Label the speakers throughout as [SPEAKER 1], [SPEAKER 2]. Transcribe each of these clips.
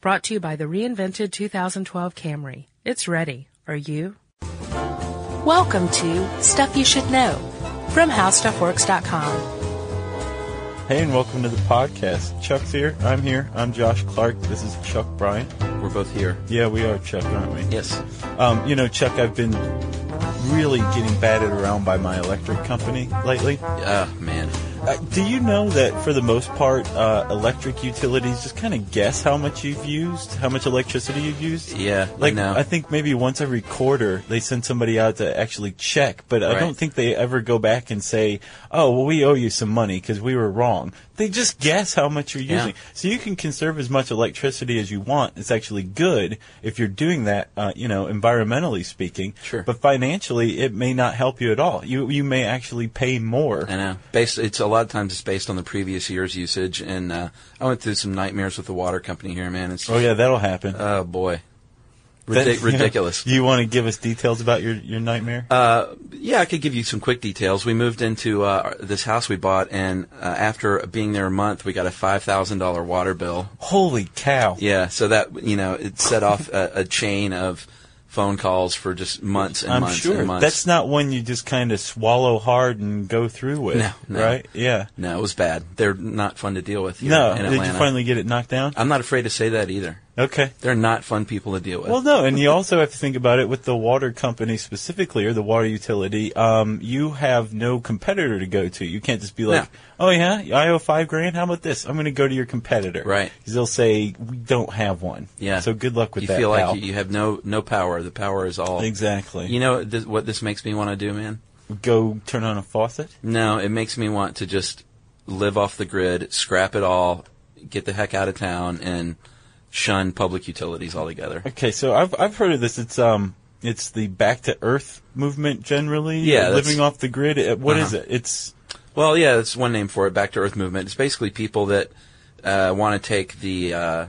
[SPEAKER 1] Brought to you by the reinvented 2012 Camry. It's ready. Are you? Welcome to Stuff You Should Know from HowStuffWorks.com.
[SPEAKER 2] Hey, and welcome to the podcast. Chuck's here. I'm here. I'm Josh Clark. This is Chuck Bryant.
[SPEAKER 3] We're both here.
[SPEAKER 2] Yeah, we are Chuck, aren't we?
[SPEAKER 3] Yes.
[SPEAKER 2] Um, you know, Chuck, I've been really getting batted around by my electric company lately.
[SPEAKER 3] Ah, man.
[SPEAKER 2] Uh, do you know that for the most part, uh, electric utilities just kind of guess how much you've used, how much electricity you've used?
[SPEAKER 3] Yeah,
[SPEAKER 2] Like,
[SPEAKER 3] I know.
[SPEAKER 2] I think maybe once every quarter they send somebody out to actually check, but I
[SPEAKER 3] Right.
[SPEAKER 2] don't think they ever go back and say, oh, well, we owe you some money because we were wrong. They just guess how much you're
[SPEAKER 3] Yeah.
[SPEAKER 2] using. So you can conserve as much electricity as you want. It's actually good if you're doing that, uh, you know, environmentally speaking.
[SPEAKER 3] Sure.
[SPEAKER 2] But financially, it may not help you at all. You, you may actually pay more.
[SPEAKER 3] I know. Based, it's a lot of times it's based on the previous year's usage, and uh, I went through some nightmares with the water company here, man. It's
[SPEAKER 2] Oh yeah, that'll happen.
[SPEAKER 3] oh boy,
[SPEAKER 2] That-
[SPEAKER 3] Ridic- ridiculous. Uh,
[SPEAKER 2] You want to give us details about your, your nightmare?
[SPEAKER 3] Yeah, I could give you some quick details. We moved into uh, our- this house we bought, and uh, after being there a month, we got a five thousand dollar water bill.
[SPEAKER 2] Holy cow!
[SPEAKER 3] Yeah, so that you know it set off a, a chain of phone calls for just months and
[SPEAKER 2] I'm
[SPEAKER 3] months
[SPEAKER 2] sure
[SPEAKER 3] and months.
[SPEAKER 2] that's not one you just kind of swallow hard and go through with,
[SPEAKER 3] No, no.
[SPEAKER 2] right? Yeah.
[SPEAKER 3] no, it was bad. They're not fun to deal with. Here
[SPEAKER 2] No,
[SPEAKER 3] in
[SPEAKER 2] did
[SPEAKER 3] Atlanta. Uh,
[SPEAKER 2] you finally get it knocked down?
[SPEAKER 3] I'm not afraid to say that either.
[SPEAKER 2] Okay.
[SPEAKER 3] They're not fun people to deal with.
[SPEAKER 2] Well, no, and you also have to think about it with the water company specifically, or the water utility. Um, you have no competitor to go to. You can't just be like, "Oh yeah, I owe five grand. How about this? I'm going to go to your competitor."
[SPEAKER 3] Right.
[SPEAKER 2] Because they'll say we don't have one.
[SPEAKER 3] yeah.
[SPEAKER 2] So good luck with
[SPEAKER 3] you
[SPEAKER 2] that.
[SPEAKER 3] feel
[SPEAKER 2] pal.
[SPEAKER 3] like you, you have no no power. The power is all.
[SPEAKER 2] exactly.
[SPEAKER 3] You know this, what this makes me want to do, man?
[SPEAKER 2] go turn on a faucet.
[SPEAKER 3] No, it makes me want to just live off the grid, scrap it all, get the heck out of town, and shun public utilities altogether.
[SPEAKER 2] Okay, so I've I've heard of this. It's um it's the back to earth movement generally.
[SPEAKER 3] Yeah, that's-
[SPEAKER 2] living off the grid. Uh, What is
[SPEAKER 3] Uh-huh.
[SPEAKER 2] it? It's
[SPEAKER 3] Well, yeah, that's one name for it. Back to Earth movement. It's basically people that uh, want to take the uh,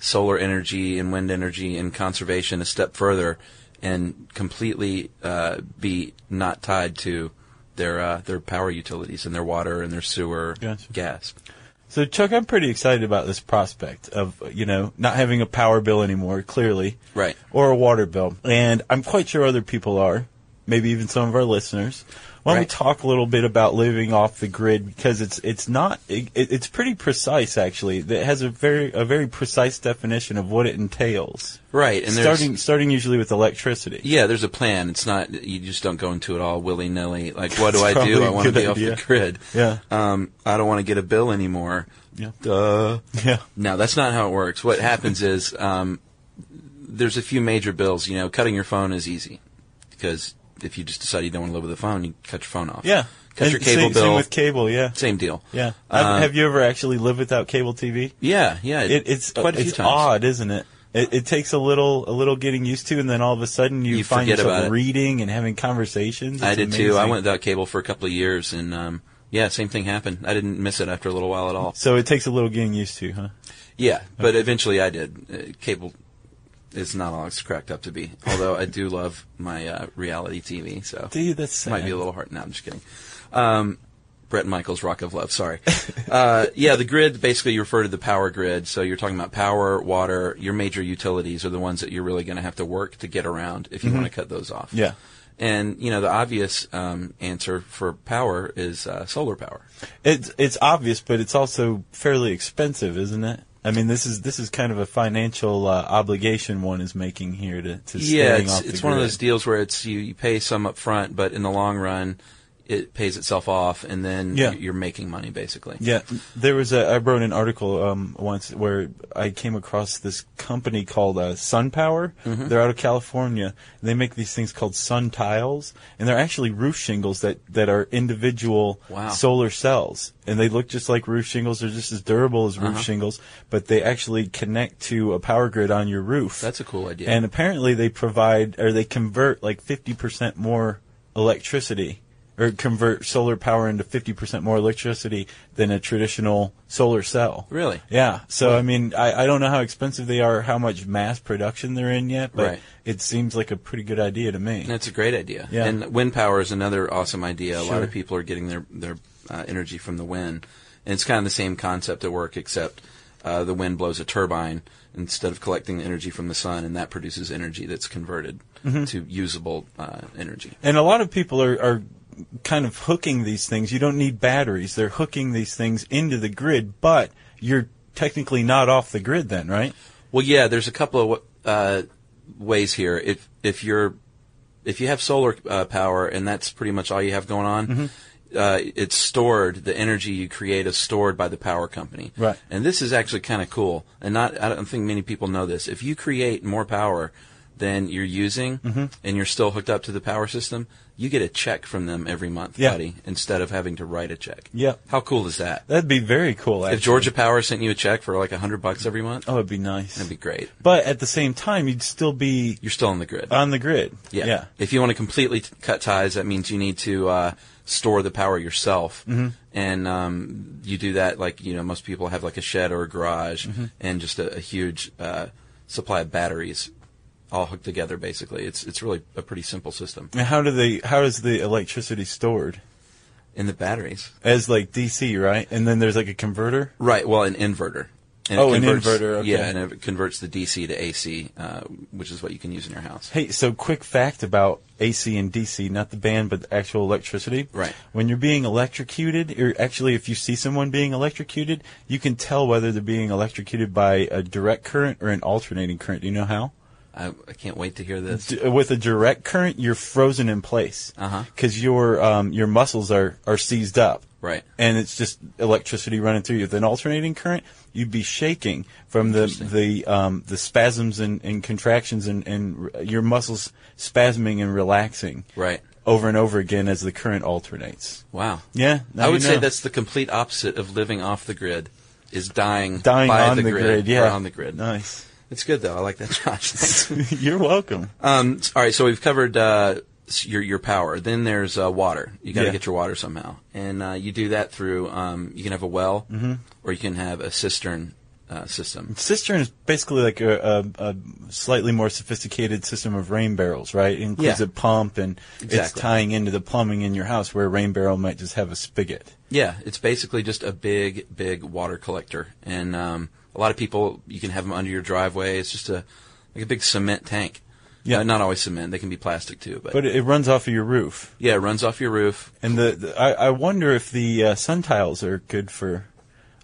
[SPEAKER 3] solar energy and wind energy and conservation a step further and completely uh, be not tied to their uh, their power utilities and their water and their sewer
[SPEAKER 2] Gotcha.
[SPEAKER 3] gas.
[SPEAKER 2] so Chuck. I'm pretty excited about this prospect of you know not having a power bill anymore. Clearly,
[SPEAKER 3] Right.
[SPEAKER 2] or a water bill, and I'm quite sure other people are. Maybe even some of our listeners. Why don't we
[SPEAKER 3] Right.
[SPEAKER 2] talk a little bit about living off the grid because it's it's not it, it's pretty precise actually. It has a very a very precise definition of what it entails.
[SPEAKER 3] Right, and there's-
[SPEAKER 2] starting starting usually with electricity.
[SPEAKER 3] Yeah, there's a plan. It's not you just don't go into it all willy nilly. Like, what do
[SPEAKER 2] That's
[SPEAKER 3] I do?
[SPEAKER 2] probably
[SPEAKER 3] I
[SPEAKER 2] a
[SPEAKER 3] want to
[SPEAKER 2] good
[SPEAKER 3] be
[SPEAKER 2] idea.
[SPEAKER 3] off the grid.
[SPEAKER 2] Yeah.
[SPEAKER 3] Um, I don't want to get a bill anymore.
[SPEAKER 2] Yeah.
[SPEAKER 3] Duh.
[SPEAKER 2] Yeah.
[SPEAKER 3] No, that's not how it works. What happens is um, there's a few major bills. You know, cutting your phone is easy because if you just decide you don't want to live with a phone, you cut your phone off.
[SPEAKER 2] Yeah.
[SPEAKER 3] Cut
[SPEAKER 2] And
[SPEAKER 3] your cable
[SPEAKER 2] same,
[SPEAKER 3] bill.
[SPEAKER 2] Same with cable, yeah.
[SPEAKER 3] Same deal.
[SPEAKER 2] Yeah. I've-
[SPEAKER 3] Um,
[SPEAKER 2] have you ever actually lived without cable TV?
[SPEAKER 3] Yeah, yeah.
[SPEAKER 2] It, it's
[SPEAKER 3] quite a few
[SPEAKER 2] it's
[SPEAKER 3] times.
[SPEAKER 2] odd, isn't it? it? It takes a little a little getting used to, and then all of a sudden you,
[SPEAKER 3] You
[SPEAKER 2] find
[SPEAKER 3] forget
[SPEAKER 2] yourself
[SPEAKER 3] about it.
[SPEAKER 2] reading and having conversations. It's
[SPEAKER 3] I did
[SPEAKER 2] amazing.
[SPEAKER 3] too. I went without cable for a couple of years, and um, yeah, same thing happened. I didn't miss it after a little while at all.
[SPEAKER 2] So it takes a little getting used to, huh?
[SPEAKER 3] Yeah, but eventually I did. Uh, cable is not all it's cracked up to be. Although I do love my uh, reality TV, so
[SPEAKER 2] Dude, that's sad.
[SPEAKER 3] might be a little hard. No, I'm just kidding. Um, Brett Michaels, Rock of Love. Sorry. uh, yeah, the grid basically you refer to the power grid. So you're talking about power, water. Your major utilities are the ones that you're really going to have to work to get around if you want to cut those off.
[SPEAKER 2] Mm-hmm. Yeah.
[SPEAKER 3] And you know the obvious um, answer for power is uh, solar power.
[SPEAKER 2] It's it's obvious, but it's also fairly expensive, isn't it? I mean, this is this is kind of a financial uh, obligation one is making here to to
[SPEAKER 3] yeah,
[SPEAKER 2] staying
[SPEAKER 3] it's,
[SPEAKER 2] off the
[SPEAKER 3] it's one of
[SPEAKER 2] grid.
[SPEAKER 3] those deals where it's you, you pay some up front, but in the long run, it pays itself off, and then
[SPEAKER 2] Yeah.
[SPEAKER 3] y- you're making money basically.
[SPEAKER 2] Yeah, there was a. I wrote an article um, once where I came across this company called uh, Sun Power.
[SPEAKER 3] Mm-hmm.
[SPEAKER 2] They're out of California. They make these things called sun tiles, and they're actually roof shingles that that are individual
[SPEAKER 3] Wow.
[SPEAKER 2] solar cells, and they look just like roof shingles. They're just as durable as
[SPEAKER 3] Uh-huh.
[SPEAKER 2] roof shingles, but they actually connect to a power grid on your roof.
[SPEAKER 3] That's a cool idea.
[SPEAKER 2] And apparently they provide or they convert like 50% more electricity or convert solar power into 50% more electricity than a traditional solar cell.
[SPEAKER 3] Really?
[SPEAKER 2] Yeah. So, I mean, I, I don't know how expensive they are, how much mass production they're in yet, but
[SPEAKER 3] Right.
[SPEAKER 2] it seems like a pretty good idea to me.
[SPEAKER 3] That's a great idea.
[SPEAKER 2] Yeah.
[SPEAKER 3] And wind power is another awesome idea. A
[SPEAKER 2] Sure.
[SPEAKER 3] lot of people are getting their their uh, energy from the wind, and it's kind of the same concept at work, except uh, the wind blows a turbine, instead of collecting energy from the sun, and that produces energy that's converted
[SPEAKER 2] Mm-hmm.
[SPEAKER 3] to usable uh, energy.
[SPEAKER 2] And a lot of people are, are kind of hooking these things. You don't need batteries. They're hooking these things into the grid, but you're technically not off the grid then, right?
[SPEAKER 3] Well, yeah, there's a couple of uh, ways here. If if you're if you have solar uh, power and that's pretty much all you have going on,
[SPEAKER 2] Mm-hmm.
[SPEAKER 3] uh, it's stored. The energy you create is stored by the power company.
[SPEAKER 2] Right.
[SPEAKER 3] And this is actually kind of cool. And not I don't think many people know this. If you create more power than you're using
[SPEAKER 2] Mm-hmm.
[SPEAKER 3] and you're still hooked up to the power system, you get a check from them every month,
[SPEAKER 2] Yeah.
[SPEAKER 3] buddy, instead of having to write a check.
[SPEAKER 2] Yeah.
[SPEAKER 3] How cool is that?
[SPEAKER 2] That'd be very cool. Actually.
[SPEAKER 3] If Georgia Power sent you a check for like a hundred bucks every month,
[SPEAKER 2] oh, it'd be nice.
[SPEAKER 3] that'd be great.
[SPEAKER 2] but at the same time, you'd still be
[SPEAKER 3] You're still on the grid.
[SPEAKER 2] on the grid.
[SPEAKER 3] Yeah. If you want to completely t- cut ties, that means you need to uh, store the power yourself,
[SPEAKER 2] Mm-hmm.
[SPEAKER 3] and um, you do that like you know most people have like a shed or a garage
[SPEAKER 2] Mm-hmm.
[SPEAKER 3] and just a, a huge uh, supply of batteries all hooked together. Basically, it's it's really a pretty simple system.
[SPEAKER 2] And how do they? How is the electricity stored?
[SPEAKER 3] And the batteries,
[SPEAKER 2] As like DC, right? And then there's like a converter.
[SPEAKER 3] right? Well, an inverter. And it
[SPEAKER 2] Oh, an inverter, okay.
[SPEAKER 3] Yeah, and it converts the DC to AC, uh, which is what you can use in your house.
[SPEAKER 2] Hey, so quick fact about AC and DC, not the band, but the actual electricity.
[SPEAKER 3] Right.
[SPEAKER 2] When you're being electrocuted, or actually if you see someone being electrocuted, you can tell whether they're being electrocuted by a direct current or an alternating current. Do you know how?
[SPEAKER 3] I, I can't wait to hear this.
[SPEAKER 2] D- with a direct current, you're frozen in place.
[SPEAKER 3] Uh-huh.
[SPEAKER 2] Because your, um, your muscles are, are seized up.
[SPEAKER 3] Right.
[SPEAKER 2] And it's just electricity running through you. With an alternating current, you'd be shaking from the, the, um, the spasms and, and contractions and, and r- your muscles spasming and relaxing.
[SPEAKER 3] Right.
[SPEAKER 2] Over and over again as the current alternates.
[SPEAKER 3] Wow.
[SPEAKER 2] Yeah. now
[SPEAKER 3] I
[SPEAKER 2] you
[SPEAKER 3] would say
[SPEAKER 2] know.
[SPEAKER 3] that's the complete opposite of living off the grid. Is dying,
[SPEAKER 2] Dying
[SPEAKER 3] by
[SPEAKER 2] on
[SPEAKER 3] the, grid,
[SPEAKER 2] yeah.
[SPEAKER 3] or on the grid.
[SPEAKER 2] Nice.
[SPEAKER 3] It's good though. I like that, Josh. Thanks.
[SPEAKER 2] you're welcome.
[SPEAKER 3] um, s- all right, so we've covered uh, s- your your power. Then there's uh, water. You got to
[SPEAKER 2] Yeah.
[SPEAKER 3] get your water somehow, and uh, you do that through. Um, you can have a well,
[SPEAKER 2] Mm-hmm.
[SPEAKER 3] or you can have a cistern uh, system.
[SPEAKER 2] Cistern is basically like a, a, a slightly more sophisticated system of rain barrels, right? It includes
[SPEAKER 3] Yeah.
[SPEAKER 2] a pump and it's
[SPEAKER 3] Exactly.
[SPEAKER 2] tying into the plumbing in your house where a rain barrel might just have a spigot.
[SPEAKER 3] Yeah, it's basically just a big, big water collector, and um, a lot of people you can have them under your driveway. It's just a like a big cement tank.
[SPEAKER 2] Yeah.
[SPEAKER 3] Uh, not always cement. They can be plastic too, but,
[SPEAKER 2] But it, it runs off of your roof.
[SPEAKER 3] yeah, it runs off your roof.
[SPEAKER 2] And the, the I, I wonder if the uh, sun tiles are good for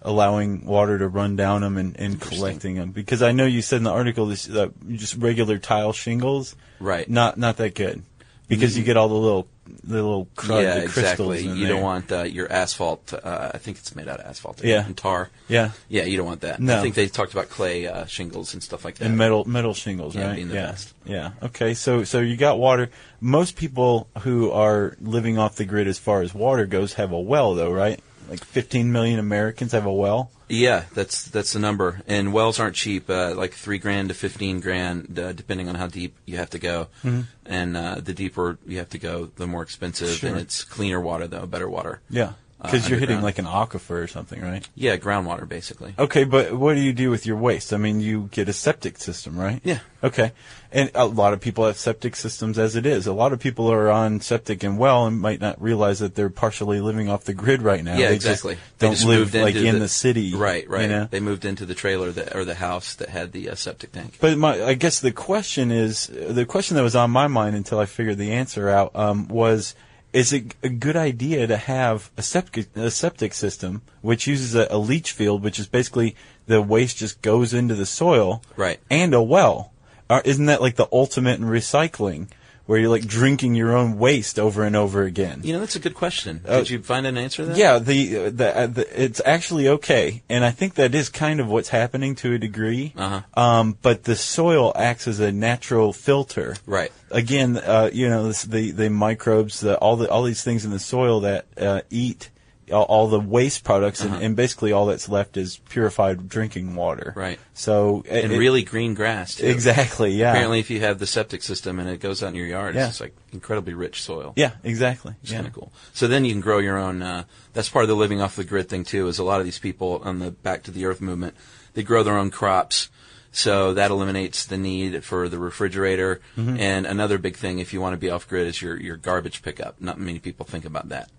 [SPEAKER 2] allowing water to run down them and, and collecting them because I know you said in the article this uh, just regular tile shingles,
[SPEAKER 3] Right. Mm-hmm.
[SPEAKER 2] Not not that good because you get all the little the little crud,
[SPEAKER 3] yeah,
[SPEAKER 2] the crystals
[SPEAKER 3] exactly.
[SPEAKER 2] in
[SPEAKER 3] You don't
[SPEAKER 2] there.
[SPEAKER 3] want uh, your asphalt. Uh, I think it's made out of asphalt
[SPEAKER 2] Yeah.
[SPEAKER 3] and tar.
[SPEAKER 2] yeah
[SPEAKER 3] Yeah, you don't want that.
[SPEAKER 2] No.
[SPEAKER 3] I think they talked about clay uh, shingles and stuff like that.
[SPEAKER 2] and metal metal shingles,
[SPEAKER 3] Yeah,
[SPEAKER 2] right?
[SPEAKER 3] being the
[SPEAKER 2] yeah.
[SPEAKER 3] best.
[SPEAKER 2] Yeah. Okay. So so you got water. Most people who are living off the grid as far as water goes have a well though, right? Like 15 million Americans have a well.
[SPEAKER 3] yeah, that's that's the number. And wells aren't cheap. Uh, like three grand to fifteen grand, uh, depending on how deep you have to go.
[SPEAKER 2] Mm-hmm.
[SPEAKER 3] And uh, the deeper you have to go, the more expensive.
[SPEAKER 2] Sure.
[SPEAKER 3] And it's cleaner water though, better water.
[SPEAKER 2] Yeah.
[SPEAKER 3] Uh,
[SPEAKER 2] Because you're hitting
[SPEAKER 3] underground.
[SPEAKER 2] like an aquifer or something, right?
[SPEAKER 3] Yeah, groundwater basically.
[SPEAKER 2] Okay, but what do you do with your waste? I mean, you get a septic system, right?
[SPEAKER 3] Yeah.
[SPEAKER 2] Okay. And a lot of people have septic systems as it is. A lot of people are on septic and well and might not realize that they're partially living off the grid right now.
[SPEAKER 3] Yeah,
[SPEAKER 2] they
[SPEAKER 3] exactly.
[SPEAKER 2] Just
[SPEAKER 3] They
[SPEAKER 2] don't
[SPEAKER 3] just
[SPEAKER 2] live
[SPEAKER 3] moved
[SPEAKER 2] like
[SPEAKER 3] into
[SPEAKER 2] in the, city.
[SPEAKER 3] Right, right.
[SPEAKER 2] You know?
[SPEAKER 3] They moved into the trailer that, or the house that had the uh, septic tank.
[SPEAKER 2] But my, I guess the question is the question that was on my mind until I figured the answer out um, was: Is it a good idea to have a septic a septic system which uses a, a leach field, which is basically the waste just goes into the soil,
[SPEAKER 3] Right.
[SPEAKER 2] And a well, Are- isn't that like the ultimate in recycling, where you're like drinking your own waste over and over again?
[SPEAKER 3] You know, that's a good question. Did you find an answer to that?
[SPEAKER 2] Oh. Yeah, the uh, the, uh, the it's actually okay, and I think that is kind of what's happening to a degree.
[SPEAKER 3] Uh-huh.
[SPEAKER 2] Um, but the soil acts as a natural filter.
[SPEAKER 3] Right.
[SPEAKER 2] Again, uh, you know this, the the microbes, the, all the all these things in the soil that uh, eat all, all the waste products,
[SPEAKER 3] Uh-huh.
[SPEAKER 2] and, and basically all that's left is purified drinking water.
[SPEAKER 3] Right.
[SPEAKER 2] So it-
[SPEAKER 3] and
[SPEAKER 2] it-
[SPEAKER 3] really green grass too.
[SPEAKER 2] exactly, yeah.
[SPEAKER 3] Apparently, if you have the septic system and it goes out in your yard,
[SPEAKER 2] Yeah.
[SPEAKER 3] it's just like incredibly rich soil.
[SPEAKER 2] Yeah, exactly.
[SPEAKER 3] it's
[SPEAKER 2] yeah.
[SPEAKER 3] kind of cool. So then you can grow your own. Uh, that's part of the living off the grid thing too. Is a lot of these people on the Back to the Earth movement, they grow their own crops. So that eliminates the need for the refrigerator.
[SPEAKER 2] Mm-hmm.
[SPEAKER 3] And another big thing, if you want to be off grid, is your your garbage pickup. Not many people think about that.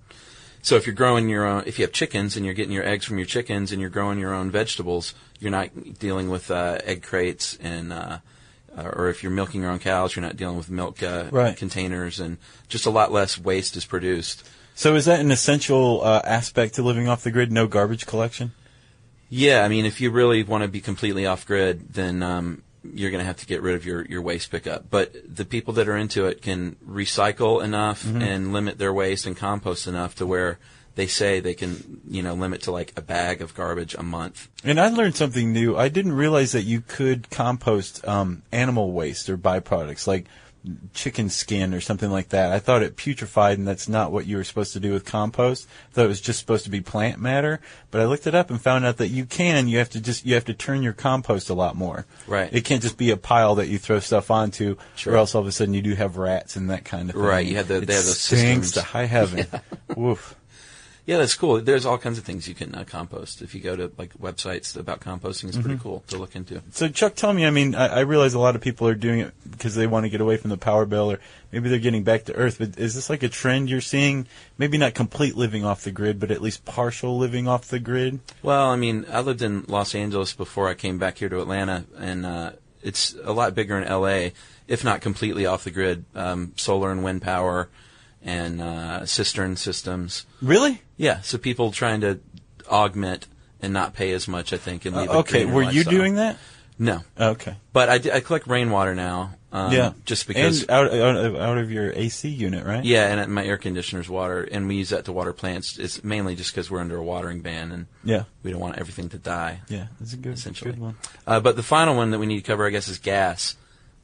[SPEAKER 3] So if you're growing your own, if you have chickens and you're getting your eggs from your chickens and you're growing your own vegetables, you're not dealing with uh, egg crates and, uh, uh, or if you're milking your own cows, you're not dealing with milk uh,
[SPEAKER 2] Right.
[SPEAKER 3] containers and just a lot less waste is produced.
[SPEAKER 2] So is that an essential uh, aspect to living off the grid? No garbage collection.
[SPEAKER 3] Yeah, I mean, if you really want to be completely off grid, then um, you're going to have to get rid of your, your waste pickup. But the people that are into it can recycle enough and limit their waste and compost enough to where they say they can, you know, limit to like a bag of garbage a month.
[SPEAKER 2] And I learned something new. I didn't realize that you could compost um, animal waste or byproducts like chicken skin or something like that. I thought it putrefied, and that's not what you were supposed to do with compost. I thought it was just supposed to be plant matter. But I looked it up and found out that you can. You have to just you have to turn your compost a lot more.
[SPEAKER 3] Right.
[SPEAKER 2] It can't just be a pile that you throw stuff onto,
[SPEAKER 3] Sure.
[SPEAKER 2] or else all of a sudden you do have rats and that kind of thing.
[SPEAKER 3] Right, you have the-
[SPEAKER 2] it
[SPEAKER 3] they have those
[SPEAKER 2] stinks
[SPEAKER 3] systems.
[SPEAKER 2] to high heaven. Woof.
[SPEAKER 3] Yeah, that's cool. There's all kinds of things you can uh, compost. If you go to like websites about composting, it's
[SPEAKER 2] Mm-hmm.
[SPEAKER 3] pretty cool to look into.
[SPEAKER 2] So Chuck, tell me. I mean, I, I realize a lot of people are doing it because they want to get away from the power bill, or maybe they're getting back to Earth. But is this like a trend you're seeing? Maybe not complete living off the grid, but at least partial living off the grid.
[SPEAKER 3] Well, I mean, I lived in Los Angeles before I came back here to Atlanta, and uh, it's a lot bigger in LA, if not completely off the grid. Um, solar and wind power, and uh, cistern systems.
[SPEAKER 2] Really?
[SPEAKER 3] Yeah, so people trying to augment and not pay as much, I think. And leave a
[SPEAKER 2] Uh, okay.
[SPEAKER 3] greener
[SPEAKER 2] Were you
[SPEAKER 3] lifestyle.
[SPEAKER 2] doing that? Oh,
[SPEAKER 3] No,
[SPEAKER 2] Okay.
[SPEAKER 3] but I, d- I collect rainwater now. Um,
[SPEAKER 2] yeah.
[SPEAKER 3] just because.
[SPEAKER 2] and out, out of out of your AC unit, right?
[SPEAKER 3] yeah, and my air conditioner's water, and we use that to water plants. It's mainly just because we're under a watering ban, and
[SPEAKER 2] Yeah.
[SPEAKER 3] we don't want everything to die.
[SPEAKER 2] Yeah. That's a good,
[SPEAKER 3] essentially.
[SPEAKER 2] good one.
[SPEAKER 3] Uh, but the final one that we need to cover, I guess, is gas.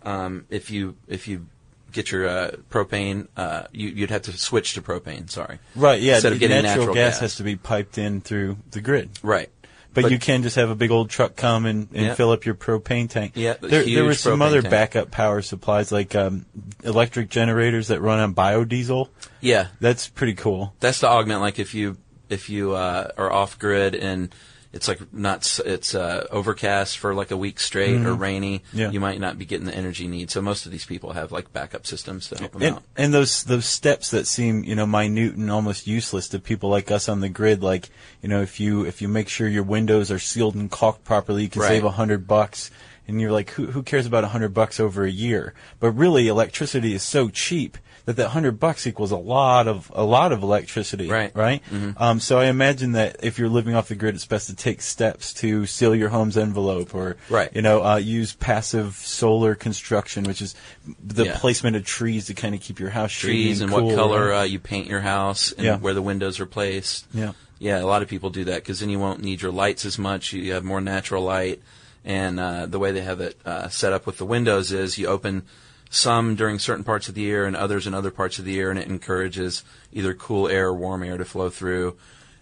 [SPEAKER 3] Um, if you if you get your uh, propane, uh, you, you'd have to switch to propane. Sorry.
[SPEAKER 2] Right. Yeah.
[SPEAKER 3] Instead of getting
[SPEAKER 2] natural,
[SPEAKER 3] natural
[SPEAKER 2] gas,
[SPEAKER 3] gas.
[SPEAKER 2] has to be piped in through the grid.
[SPEAKER 3] Right.
[SPEAKER 2] But,
[SPEAKER 3] But-
[SPEAKER 2] you can just have a big old truck come and, and
[SPEAKER 3] Yeah.
[SPEAKER 2] fill up your propane tank.
[SPEAKER 3] Yeah, the
[SPEAKER 2] there, there
[SPEAKER 3] huge
[SPEAKER 2] were some
[SPEAKER 3] propane
[SPEAKER 2] other
[SPEAKER 3] tank.
[SPEAKER 2] backup power supplies like um, electric generators that run on biodiesel.
[SPEAKER 3] Yeah,
[SPEAKER 2] That's pretty cool.
[SPEAKER 3] that's to augment. Like if you if you uh, are off grid and it's like not s- it's uh, overcast for like a week straight or rainy,
[SPEAKER 2] Mm-hmm. Yeah.
[SPEAKER 3] you might not be getting the energy need. So most of these people have like backup systems to help them
[SPEAKER 2] And,
[SPEAKER 3] out.
[SPEAKER 2] and those those steps that seem you know minute and almost useless to people like us on the grid, like you know if you if you make sure your windows are sealed and caulked properly, you can
[SPEAKER 3] Right.
[SPEAKER 2] save a hundred bucks. And you're like, who who cares about a hundred bucks over a year? But really, electricity is so cheap that that hundred bucks equals a lot of a lot of electricity.
[SPEAKER 3] Right. Mm-hmm.
[SPEAKER 2] Right. Um, so I imagine that if you're living off the grid, it's best to take steps to seal your home's envelope, or
[SPEAKER 3] Right.
[SPEAKER 2] you know, uh, use passive solar construction, which is the
[SPEAKER 3] Yeah.
[SPEAKER 2] placement of trees to kind of keep your house shady
[SPEAKER 3] trees and
[SPEAKER 2] cool,
[SPEAKER 3] what color
[SPEAKER 2] right?
[SPEAKER 3] uh, you paint your house and
[SPEAKER 2] Yeah.
[SPEAKER 3] where the windows are placed.
[SPEAKER 2] Yeah.
[SPEAKER 3] Yeah, a lot of people do that because then you won't need your lights as much. You have more natural light. And uh, the way they have it uh, set up with the windows is you open some during certain parts of the year and others in other parts of the year, and it encourages either cool air or warm air to flow through.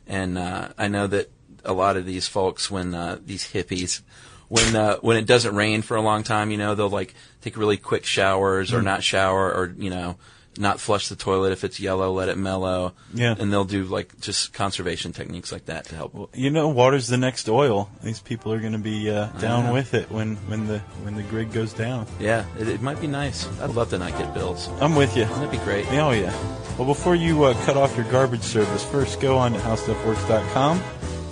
[SPEAKER 3] And uh, I know that a lot of these folks, when uh, these hippies, when uh, when it doesn't rain for a long time, you know, they'll like take really quick showers or not shower or you know not flush the toilet if it's yellow, let it mellow.
[SPEAKER 2] Yeah.
[SPEAKER 3] And they'll do like just conservation techniques like that to help.
[SPEAKER 2] You know, water's the next oil. These people are going to be uh, down with it when, when the when the grid goes down.
[SPEAKER 3] Yeah, it, it might be nice. I'd love to not get bills.
[SPEAKER 2] I'm with you.
[SPEAKER 3] That'd be great.
[SPEAKER 2] Yeah, Oh yeah. Well, before you uh, cut off your garbage service, first go on to howstuffworks.com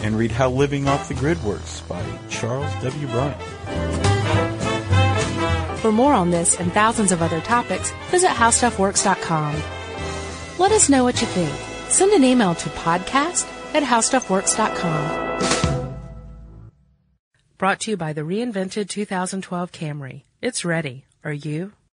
[SPEAKER 2] and read "How Living Off the Grid Works" by Charles W. Bryant.
[SPEAKER 1] For more on this and thousands of other topics, visit howstuffworks.com. Let us know what you think. Send an email to podcast at howstuffworks.com. Brought to you by the reinvented 2012 Camry. It's ready. Are you?